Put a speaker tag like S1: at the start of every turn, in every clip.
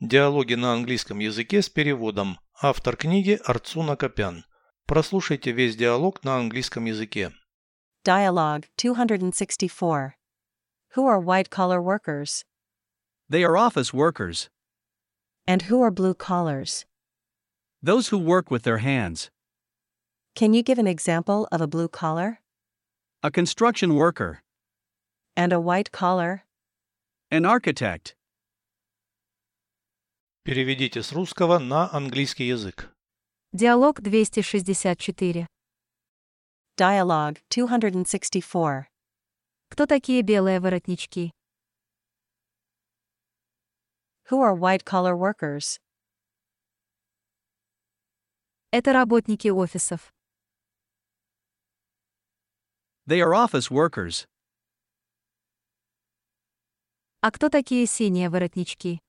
S1: Диалоги на английском языке с переводом. Автор книги Арцуна Копян. Прослушайте весь диалог на английском языке.
S2: Dialogue 264. Who are white collar workers?
S3: They are office workers,
S2: And who are blue collars?
S3: those who work with their hands.
S2: Can you give an example of a blue collar?
S3: A construction worker,
S2: And a white collar?
S3: an architect.
S1: Переведите с русского на английский язык.
S4: Диалог 264.
S2: Dialogue 264.
S4: Кто такие белые воротнички?
S2: Who are white collar workers?
S4: Это работники офисов.
S3: They are office workers.
S4: А кто такие синие воротнички?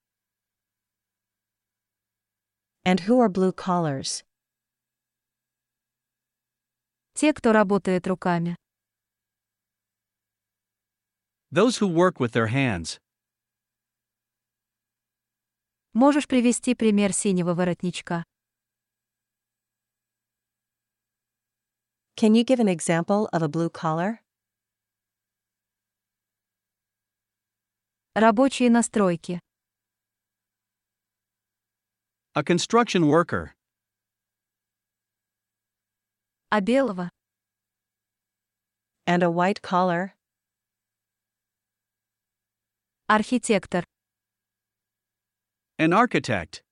S2: And who are blue collars?
S4: Те, кто работает руками.
S3: Those who work with their hands.
S4: Можешь привести пример синего воротничка?
S2: Can you give an example of a blue collar?
S4: Рабочие настройки.
S3: A construction worker.
S4: А белого?
S2: And a white collar?
S4: Архитектор.
S3: An architect.